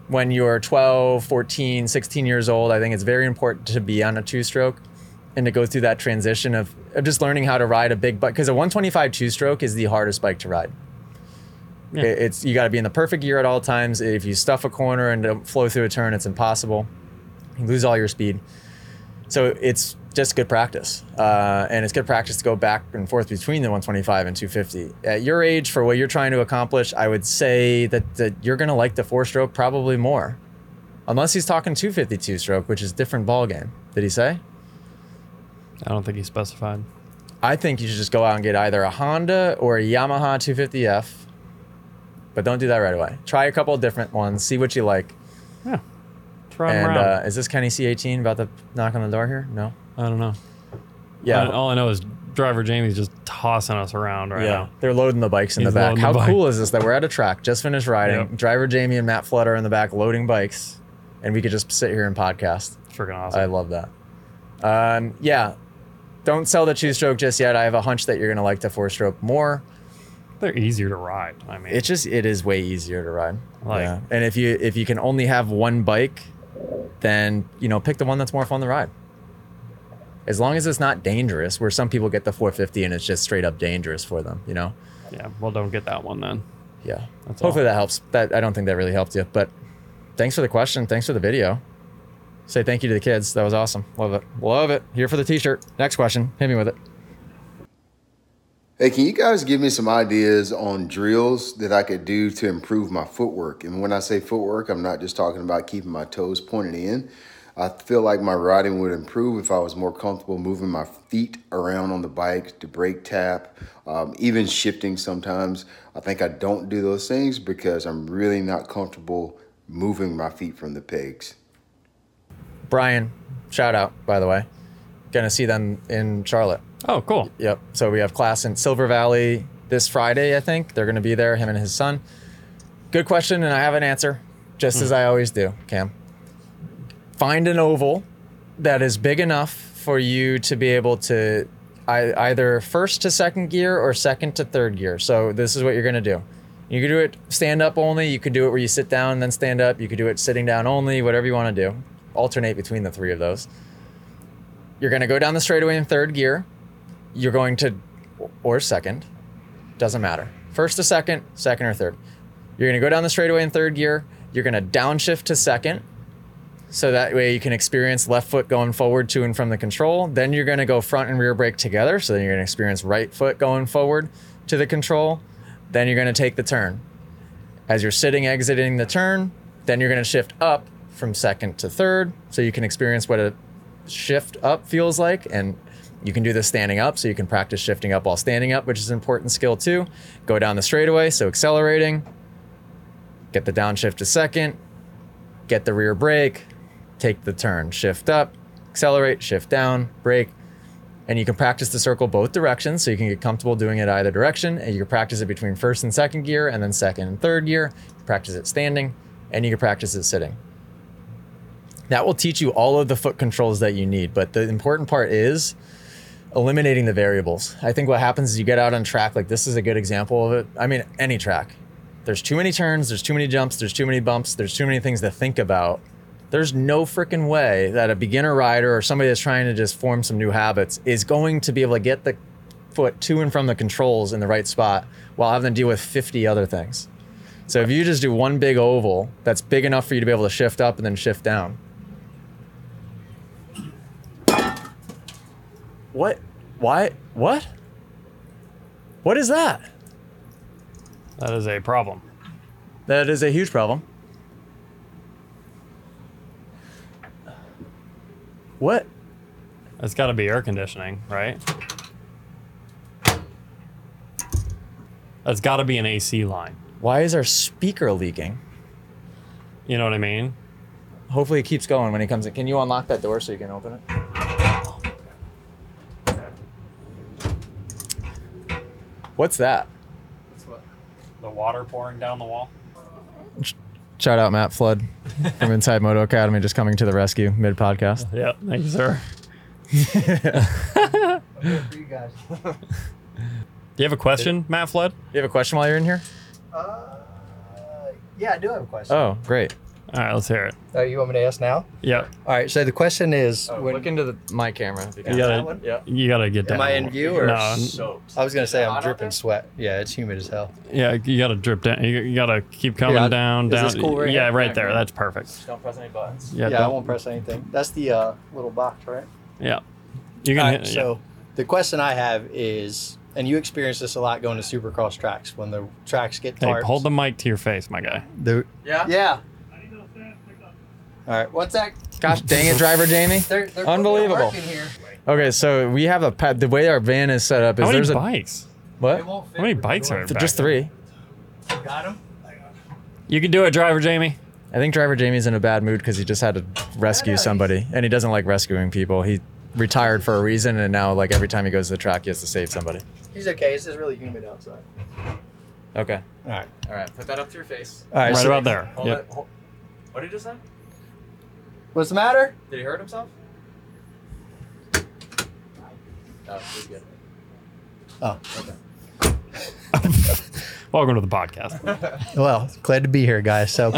when you're 12, 14, 16 years old, I think it's very important to be on a two stroke and to go through that transition of, of just learning how to ride a big bike. Because a 125 two stroke is the hardest bike to ride.
Yeah.
It- It's you got to be in the perfect gear at all times. If you stuff a corner and don't flow through a turn, it's impossible. You lose all your speed. So it's just good practice, uh, and it's good practice to go back and forth between the 125 and 250. At your age, for what you're trying to accomplish, I would say that, that you're going to like the four-stroke probably more, unless he's talking 252 stroke, which is different ball game. Did he say?
I don't think he specified.
I think you should just go out and get either a Honda or a Yamaha 250F, but don't do that right away. Try a couple of different ones, see what you like.
Yeah. Try 'em
And
around.
uh, is this Kenny C18 about to knock on the door here? No.
I don't know.
Yeah.
I- all I know is driver Jamie's just tossing us around right now.
They're loading the bikes in
He's
the back.
loading the
How
bike.
cool is this that we're at a track, just finished riding.
Yep.
Driver Jamie and Matt Flood are in the back loading bikes, and we could just sit here and podcast.
Freaking
I
awesome.
love that. Um, yeah. Don't sell the two stroke just yet. I have a hunch that you're going to like the four stroke more.
They're easier to ride. I mean,
It's just it is way easier to ride.
Like-
yeah. And if you if you can only have one bike, then you know pick the one that's more fun to ride. As long as it's not dangerous, where some people get the 450 and it's just straight up dangerous for them, you know.
yeah. Well, don't get that one then.
Yeah.
That's
Hopefully
all.
that helps. That I don't think that really helped you, but thanks for the question. Thanks for the video. Say thank you to the kids. That was awesome. Love it. Love it. Here for the t-shirt. Next question. Hit me with it.
Hey, can you guys give me some ideas on drills that I could do to improve my footwork? And when I say footwork, I'm not just talking about keeping my toes pointed in. I feel like my riding would improve if I was more comfortable moving my feet around on the bike to brake tap, um, even shifting sometimes. I think I don't do those things because I'm really not comfortable moving my feet from the pegs.
Brian, shout out by the way. Going to see them in Charlotte.
Oh, cool.
Yep. So we have class in Silver Valley this Friday, I think. They're going to be there, him and his son. Good question, and I have an answer, just as I always do, Cam. Find an oval that is big enough for you to be able to ei- either first to second gear or second to third gear. So this is what you're going to do. You can do it stand up only. You can do it where you sit down and then stand up. You could do it sitting down only, whatever you want to do. Alternate between the three of those. You're going to go down the straightaway in third gear you're going to or second doesn't matter first to second second or third you're going to go down the straightaway in third gear you're going to downshift to second so that way you can experience left foot going forward to and from the control then you're going to go front and rear brake together so then you're going to experience right foot going forward to the control then you're going to take the turn as you're sitting exiting the turn then you're going to shift up from second to third so you can experience what a shift up feels like and you can do this standing up so you can practice shifting up while standing up which is an important skill too go down the straightaway so accelerating get the downshift to second get the rear brake take the turn shift up accelerate shift down brake and you can practice the circle both directions so you can get comfortable doing it either direction and you can practice it between first and second gear and then second and third gear practice it standing and you can practice it sitting that will teach you all of the foot controls that you need but the important part is eliminating the variables i think what happens is you get out on track like this is a good example of it i mean any track there's too many turns there's too many jumps there's too many bumps there's too many things to think about there's no freaking way that a beginner rider or somebody that's trying to just form some new habits is going to be able to get the foot to and from the controls in the right spot while having to deal with 50 other things so if you just do one big oval that's big enough for you to be able to shift up and then shift down What? Why? What? What is that?
That is a problem.
That is a huge problem. What?
It's got to be air conditioning, right? That's got to be an AC line.
Why is our speaker leaking?
You know what I mean?
Hopefully it keeps going when he comes in. Can you unlock that door so you can open it? What's that?
The water pouring down the wall.
Shout out Matt Flood from Inside Moto Academy just coming to the rescue mid podcast.
Yep. Thank you, sir.
For you guys.
Do you have a question, Matt Flood?
You have a question while you're in here?
Uh, yeah, I do have a question.
Oh, great.
All right, let's hear it.
Oh, you want me to ask now? Oh.
Yep.
All right. So the question is, when-
Oh, Look into the, my camera. if you can.
You
that
gotta,
one?
Yep.
you gotta get down.
am I in view or?
No.
I was gonna say
hot
I'm
out there?
dripping sweat. Yeah, it's humid as hell.
Yeah, you gotta drip down. You, you gotta keep coming
Yeah,
down,
is
down.
this cool right
yeah,
here?
right there. That's perfect.
Don't press any buttons.
Yeah.
Yeah, I
don't-
won't press anything. That's the uh, little box, right?
Yeah. You can.
All
hit-
right.
yeah.
So the question I have is, and you experience this a lot going to supercross tracks when the tracks get
Hey,
tarps.
hold the mic to your face, my guy.
The,
Yeah.
yeah. All right. What's that?
Gosh dang it, driver Jamie.
They're, they're
Unbelievable.
Putting a work in here.
Okay, so we have a pad. The way our van is set up is
How many
there's a
bikes?
It
what?
won't fit
How many
with the
bikes are
door.
in back
Just
there?
three.
Got 'em?
You can do it, driver Jamie.
I think driver Jamie's in a bad mood because he just had to rescue somebody, and he doesn't like rescuing people. He retired for a reason, and now like every time he goes to the track, he has to save somebody.
He's okay. It's just really humid outside.
Okay.
All right. Uh,
All right. Put that up to your face.
All right.
right
so-
about there. Yep.
What did he just say?
What's the matter?
Did he hurt himself?
Oh, you're good.
Oh,
Welcome to the podcast.
well, glad to be here, guys. So,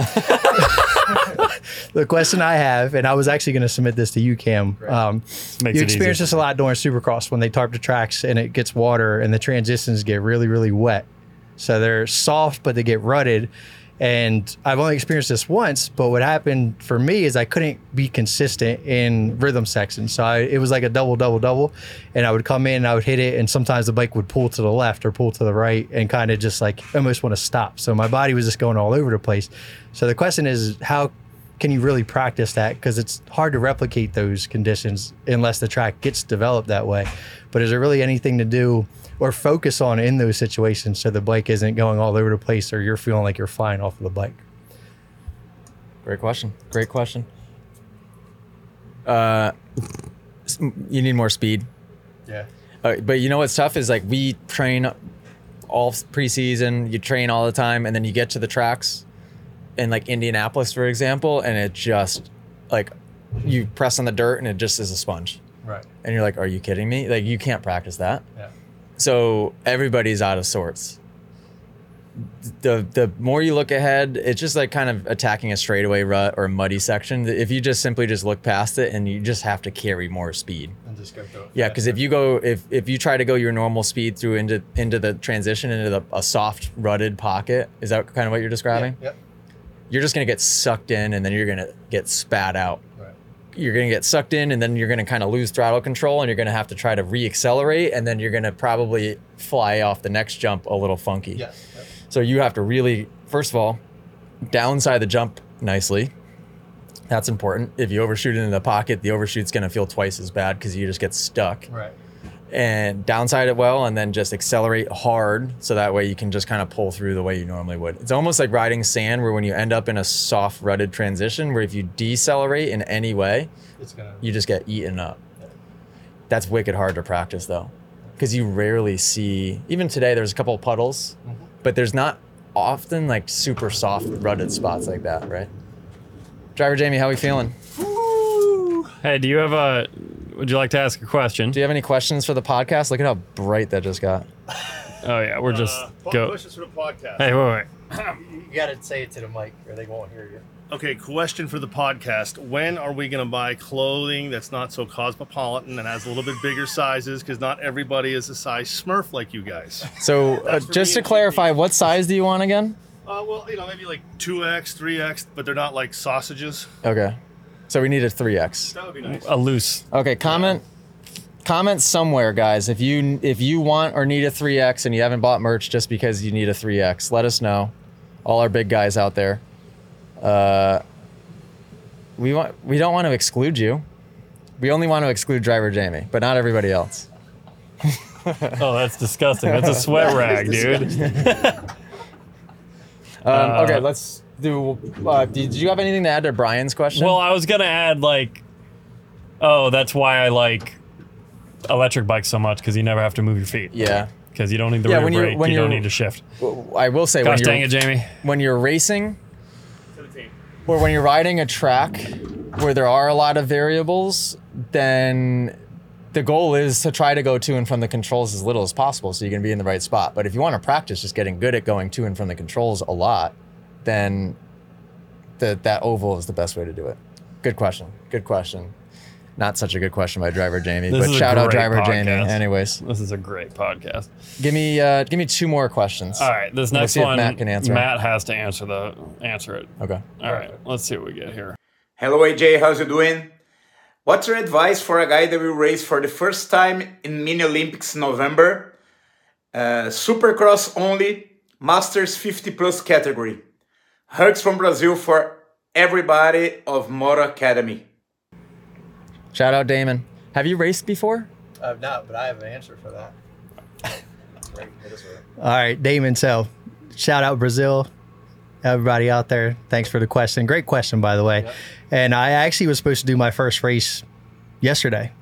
the question I have, and I was actually going to submit this to you, Cam. Um,
Makes
you
it
experience
easy.
this a lot during Supercross when they tarp the tracks and it gets water and the transitions get really, really wet. So they're soft, but they get rutted. And I've only experienced this once, but what happened for me is I couldn't be consistent in rhythm section. So I, it was like a double, double, double. And I would come in and I would hit it. And sometimes the bike would pull to the left or pull to the right and kind of just like almost want to stop. So my body was just going all over the place. So the question is, how can you really practice that? Because it's hard to replicate those conditions unless the track gets developed that way. But is there really anything to do or focus on in those situations so the bike isn't going all over the place or you're feeling like you're flying off of the bike?
Great question. Great question. Uh, s- you need more speed.
Yeah.
Uh, but you know what's tough is like we train all preseason, you train all the time, and then you get to the tracks in like Indianapolis, for example, and it just like you press on the dirt and it just is a sponge.
Right.
And you're like, are you kidding me? Like, you can't practice that.
Yeah.
So everybody's out of sorts. The the more you look ahead, it's just like kind of attacking a straightaway rut or a muddy section. If you just simply just look past it and you just have to carry more speed.
And just go through it.
Yeah, because if you go if if you try to go your normal speed through into into the transition into the, a soft rutted pocket, is that kind of what you're describing?
Yep.
You're just gonna get sucked in and then you're gonna get spat out.
Right.
You're gonna get sucked in and then you're gonna kind of lose throttle control and you're gonna have to try to re-accelerate and then you're gonna probably fly off the next jump a little funky. So you have to really, first of all, downside the jump nicely. That's important. If you overshoot it in the pocket, the overshoot's going to feel twice as bad because you just get stuck.
Right.
And downside it well, and then just accelerate hard so that way you can just kind of pull through the way you normally would. It's almost like riding sand, where when you end up in a soft rutted transition, where if you decelerate in any way,
It's gonna.
you just get eaten up. That's wicked hard to practice though, because you rarely see. Even today, there's a couple of puddles, but there's not often like super soft rutted spots like that, right? Driver Jamie, how we feeling?
Hey, do you have a? Would you like to ask a question?
Do you have any questions for the podcast? Look at how bright that just got.
Oh yeah, we're just
Uh, po-
go.
Questions for the podcast.
Hey, wait, wait.
You gotta say it to the mic or they won't hear you.
Okay, question for the podcast. When are we going to buy clothing that's not so cosmopolitan and has a little bit bigger sizes? Because not everybody is a size Smurf like you guys.
So, uh,
for
just
me
to
and
clarify, what size do you want again?
Uh, well, you know, maybe like 2X, 3X, but they're not like sausages.
Okay, so we need a three X.
That would be nice.
A loose.
Okay, comment comment somewhere, guys. If you if you want or need a 3X and you haven't bought merch just because you need a 3X, let us know. All our big guys out there. Uh we want we don't want to exclude you. We only want to exclude driver Jamie, but not everybody else.
Oh, that's disgusting. That's a sweat rag, dude.
Um,
Uh,
okay, let's do uh, did you have anything to add to Brian's question?
Well, I was gonna add like, oh, that's why I like electric bikes so much because you never have to move your feet.
yeah.
Because you don't need the
Yeah,
rear
when you're-
brake.
when
you don't
you're-
need to shift.
Well, I will say
Gosh
when
dang
you're
it, Jamie.
when you're racing or when you're riding a track where there are a lot of variables, then the goal is to try to go to and from the controls as little as possible so you can be in the right spot. But if you want to practice just getting good at going to and from the controls a lot, then the, that oval is the best way to do it. Good question. Good question. Not such a good question by driver Jamie,
This
but
is a
shout out
great
driver Jamie.
podcast.
Anyways,
This is a great podcast.
give me uh, give me two more questions.
All right, this
Let's
next
see if
one,
Matt can answer.
Matt has to answer the answer it.
Okay.
All right, let's see what we get here.
Hello, AJ. How's you doing? What's your advice for a guy that will race for the first time in Mini Olympics in November? Uh, Supercross only, Masters 50 plus category. Hugs from Brazil for everybody of Moto Academy.
Shout out Damon. Have you raced before?
I've not, but I have an answer for that. All right, Damon. So, shout out Brazil, everybody out there. Thanks for the question. Great question, by the way. And I actually was supposed to do my first race yesterday.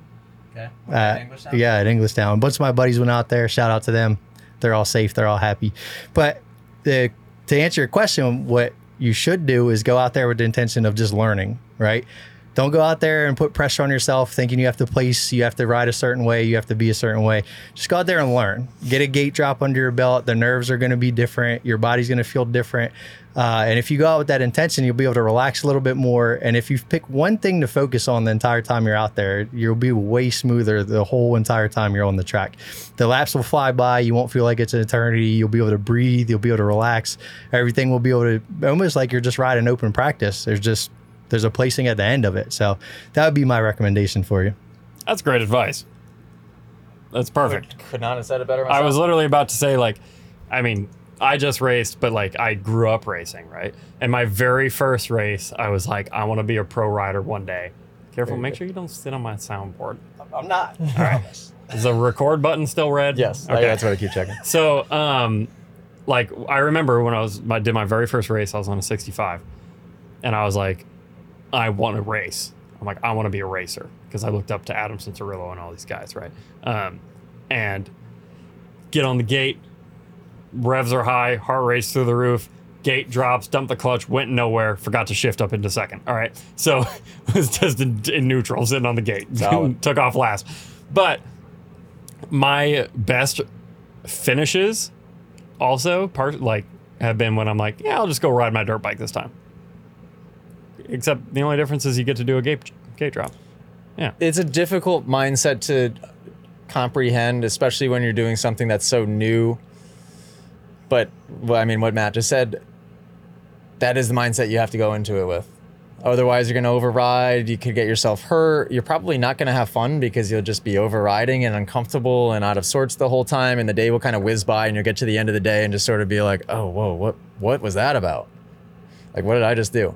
Okay.
Uh, yeah, at English Town. A bunch of my buddies went out there. Shout out to them. They're all safe. They're all happy. But the, to answer your question, what you should do is go out there with the intention of just learning, right? Don't go out there and put pressure on yourself thinking you have to place, you have to ride a certain way, you have to be a certain way. Just go out there and learn. Get a gate drop under your belt. The nerves are going to be different. Your body's going to feel different. Uh, and if you go out with that intention, you'll be able to relax a little bit more. And if you pick one thing to focus on the entire time you're out there, you'll be way smoother the whole entire time you're on the track. The laps will fly by. You won't feel like it's an eternity. You'll be able to breathe. You'll be able to relax. Everything will be able to almost like you're just riding open practice. There's just there's a placing at the end of it. So that would be my recommendation for you.
That's great advice. That's perfect.
Could not have said it better
I
myself.
was literally about to say, like, I mean, I just raced, but like, I grew up racing, right? And my very first race, I was like, I want to be a pro rider one day. Careful, make sure you don't sit on my soundboard.
I'm not.
Is the record button still red?
yes. Oh, I-
Okay.
that's what I keep checking.
So, um, like I remember when I was I did my very first race, I was on a 65, and I was like, I want to race. I'm like, I want to be a racer because I looked up to Adam Cinturillo and all these guys, right? Um, and get on the gate, revs are high, heart rates through the roof. Gate drops, dumped the clutch, went nowhere, forgot to shift up into second. All right. So was just in, in neutral, sitting on the gate.
Solid.
Took off last. But my best finishes also part like have been when I'm like, yeah, I'll just go ride my dirt bike this time. Except the only difference is you get to do a gate gate drop.
It's a difficult mindset to comprehend, especially when you're doing something that's so new. But well, I mean, what Matt just said, that is the mindset you have to go into it with. Otherwise, you're going to override. You could get yourself hurt. You're probably not going to have fun because you'll just be overriding and uncomfortable and out of sorts the whole time. And the day will kind of whiz by, and you'll get to the end of the day and just sort of be like, "Oh, whoa, what, what was that about? Like, what did I just do?"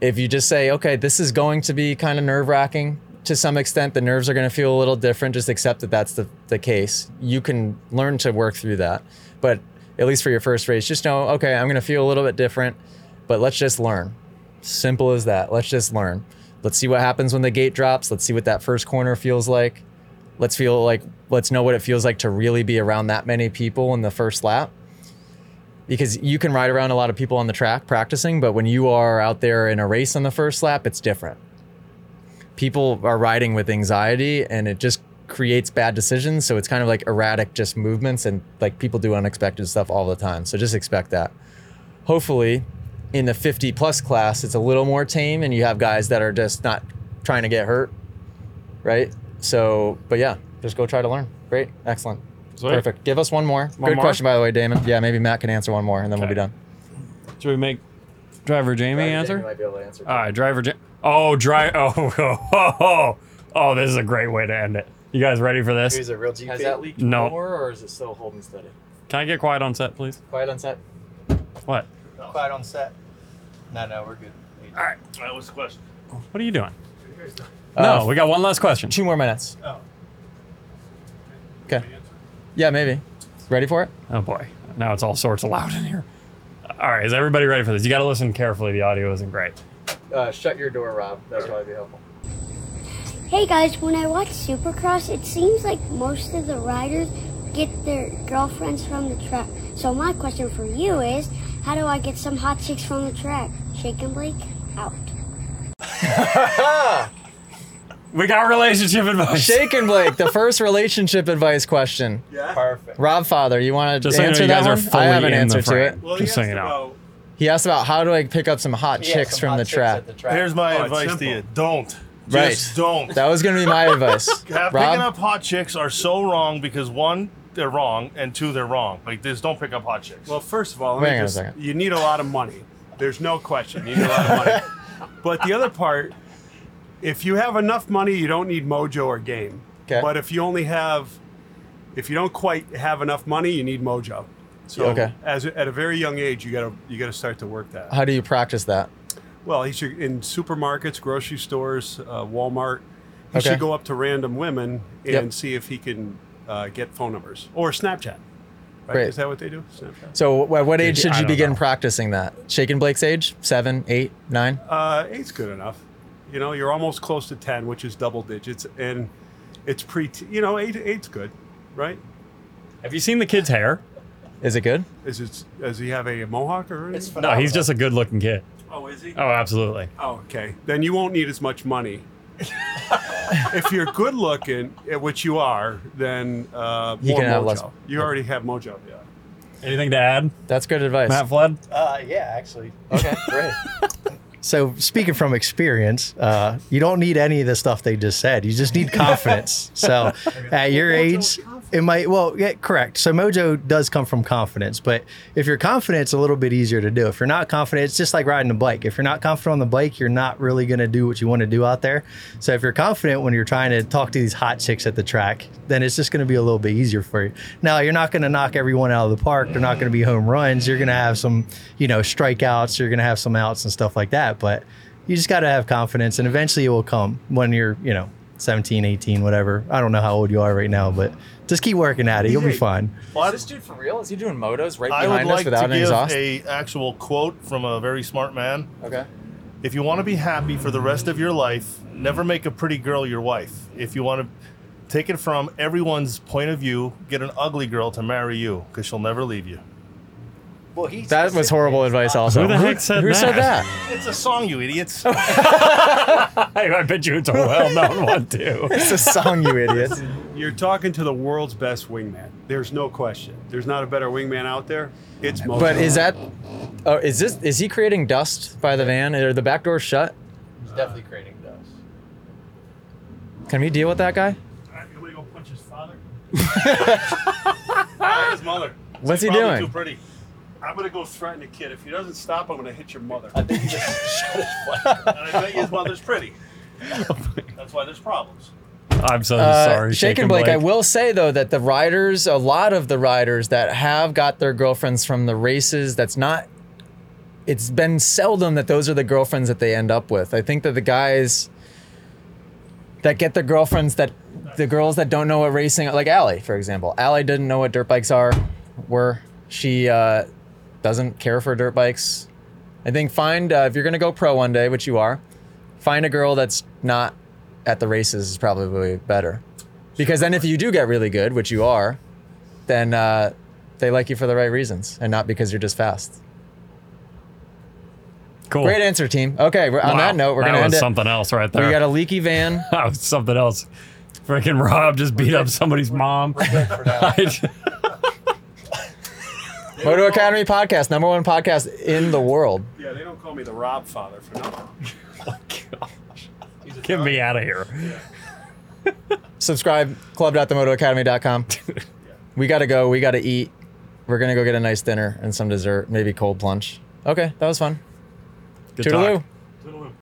If you just say, "Okay, this is going to be kind of nerve wracking to some extent. The nerves are going to feel a little different. Just accept that that's the the case. You can learn to work through that. But at least for your first race, just know, okay, I'm going to feel a little bit different, but let's just learn. Simple as that. Let's just learn. Let's see what happens when the gate drops. Let's see what that first corner feels like. Let's feel like, let's know what it feels like to really be around that many people in the first lap. Because you can ride around a lot of people on the track practicing, but when you are out there in a race on the first lap, it's different. People are riding with anxiety and it just creates bad decisions. So it's kind of like erratic just movements and like people do unexpected stuff all the time. So just expect that hopefully in the 50 plus class it's a little more tame and you have guys that are just not trying to get hurt right so but yeah just go try to learn great excellent
Sweet.
perfect give us one more
One
good
more?
question by the way damon yeah maybe matt can answer one more and then we'll be
Okay.
done
Should we make driver Jamie answer?
answer
All right, driver. Ja- oh, dri Oh, oh, oh, oh, oh! This is a great way to end it. You guys ready for this?
a real GP? Has that leaked
No.
more, or is it still holding steady?
Can I get quiet on set, please?
Quiet on set.
What?
Quiet on set. No, no, we're good.
That was the question.
What are you doing? No, we got one last question.
Uh, Two more minutes. Oh. Okay. Yeah, maybe. Ready for it?
Oh boy, now it's all sorts of loud in here. All right, is everybody ready for this? You got to listen carefully. The audio isn't great.
Uh, shut your door, Rob. That'd probably be helpful.
Hey guys, when I watch Supercross, it seems like most of the riders get their girlfriends from the track. So my question for you is, how do I get some hot chicks from the track? Shake and Blake out.
We got relationship advice.
Shake and Blake, the first relationship advice question.
Perfect.
Rob Father, you want to
Just so you know,
answer
you
that
guys are
one?
fully
I have an
in the
answer to it.
frame.
Well,
Just
yes,
so you know.
about-
He asked about how do I pick up some hot
yeah,
chicks
some
from
hot
the
chicks
track.
at the track.
Here's my
Oh, it's
advice to
simple.
you: don't.
Right.
Just don't.
That was going to be my advice.
Yeah,
Rob,
picking up hot chicks are so wrong because one, they're wrong, and two, they're wrong. Like, just don't pick up hot chicks.
Well, first of all, let
Hang
me
on a
just,
second.
you need a lot of money. There's no question. You need a lot of money. but the other part, if you have enough money, you don't need mojo or game.
'Kay.
But if you only have, if you don't quite have enough money, you need mojo. So
Okay.
as at a very young age, you gotta you gotta start to work that.
how do you practice that?
Well, he should in supermarkets, grocery stores, uh, Walmart. He
Okay.
should go up to random women and
Yep.
see if he can uh, get phone numbers or Snapchat. Right?
Great.
Is that what they do? Snapchat.
So, at what age should
I
you
don't
begin
know.
practicing that? Shake and Blake's age? Seven, eight, nine?
Uh, eight's good enough. You know, you're almost close to ten, which is double digits, and it's pre. You know, eight eight's good, right?
Have you seen the kid's hair?
Is it good?
Is it? Does he have a mohawk or? anything?
No, he's just a good-looking kid.
Oh, is he?
Oh, absolutely.
Oh, okay. Then you won't need as much money. if you're good looking, eh, which you are, then uh,
You
more
can have
mojo.
less-
You already have mojo. Yeah.
Anything to add,
That's good advice.
Matt Flood?
Uh, yeah, actually.
Okay, great.
So speaking from experience, uh, you don't need any of the stuff they just said. You just need confidence. so at your age, it might well yeah correct. So mojo does come from confidence, but if you're confident, it's a little bit easier to do. If you're not confident, it's just like riding a bike. If you're not confident on the bike, you're not really going to do what you want to do out there. So if you're confident when you're trying to talk to these hot chicks at the track, then it's just going to be a little bit easier for you. Now you're not going to knock everyone out of the park. They're not going to be home runs. You're going to have some, you know, strikeouts. You're going to have some outs and stuff like that. But you just got to have confidence, and eventually it will come when you're, you know, 17, 18, whatever. I don't know how old you are right now, but just keep working at it. You'll be fine.
Is this dude for real? Is he doing motos right
I would
behind us
like to
without an
give
exhaust?
a actual quote from a very smart man.
okay.
If you want to be happy for the rest of your life, never make a pretty girl your wife. If you want to take it from everyone's point of view, get an ugly girl to marry you because she'll never leave you.
Well, he's
That was horrible advice. Also,
Who the heck said
who
that?
said that?
It's a song, you idiots.
I, I bet you it's a well-known one too.
It's a song, you idiot.
You're talking to the world's best wingman. There's no question. There's not a better wingman out there. It's mojo.
But is that? Oh, is this? Is he creating dust by the van? Are the back doors shut?
definitely creating those.
Can we deal with that guy?
I'm gonna go punch his father.
his mother?
What's he
Probably
doing?
Too pretty.
I'm gonna go threaten the kid. If he doesn't stop, I'm gonna hit your mother.
And I bet his mother's pretty. That's why there's problems.
I'm so
Uh,
sorry,
Shake and Blake. I will say though that the riders, a lot of the riders that have got their girlfriends from the races, that's not. It's been seldom that those are the girlfriends that they end up with. I think that the guys that get their girlfriends that the girls that don't know what racing, like Allie, for example. Allie didn't know what dirt bikes are, were she uh, doesn't care for dirt bikes. I think find uh, if you're gonna go pro one day, which you are, find a girl that's not at the races is probably better. Because then if you do get really good, which you are, then uh, they like you for the right reasons and not because you're just fast.
Cool.
Great answer, team. Okay, we're, on
Wow,
that note, we're going to
was
end it.
something else right there.
We got a leaky van.
that was something else. Freaking Rob just beat up somebody's mom. I-
Moto Academy podcast, number one podcast in the world.
yeah, they don't call me the Rob father for nothing.
Get me out of here.
Subscribe, club.themotoacademy.com. We got to go. We got to eat. We're going to go get a nice dinner and some dessert, maybe cold plunge. Okay, that was fun.
Good
Toodaloo.
talk.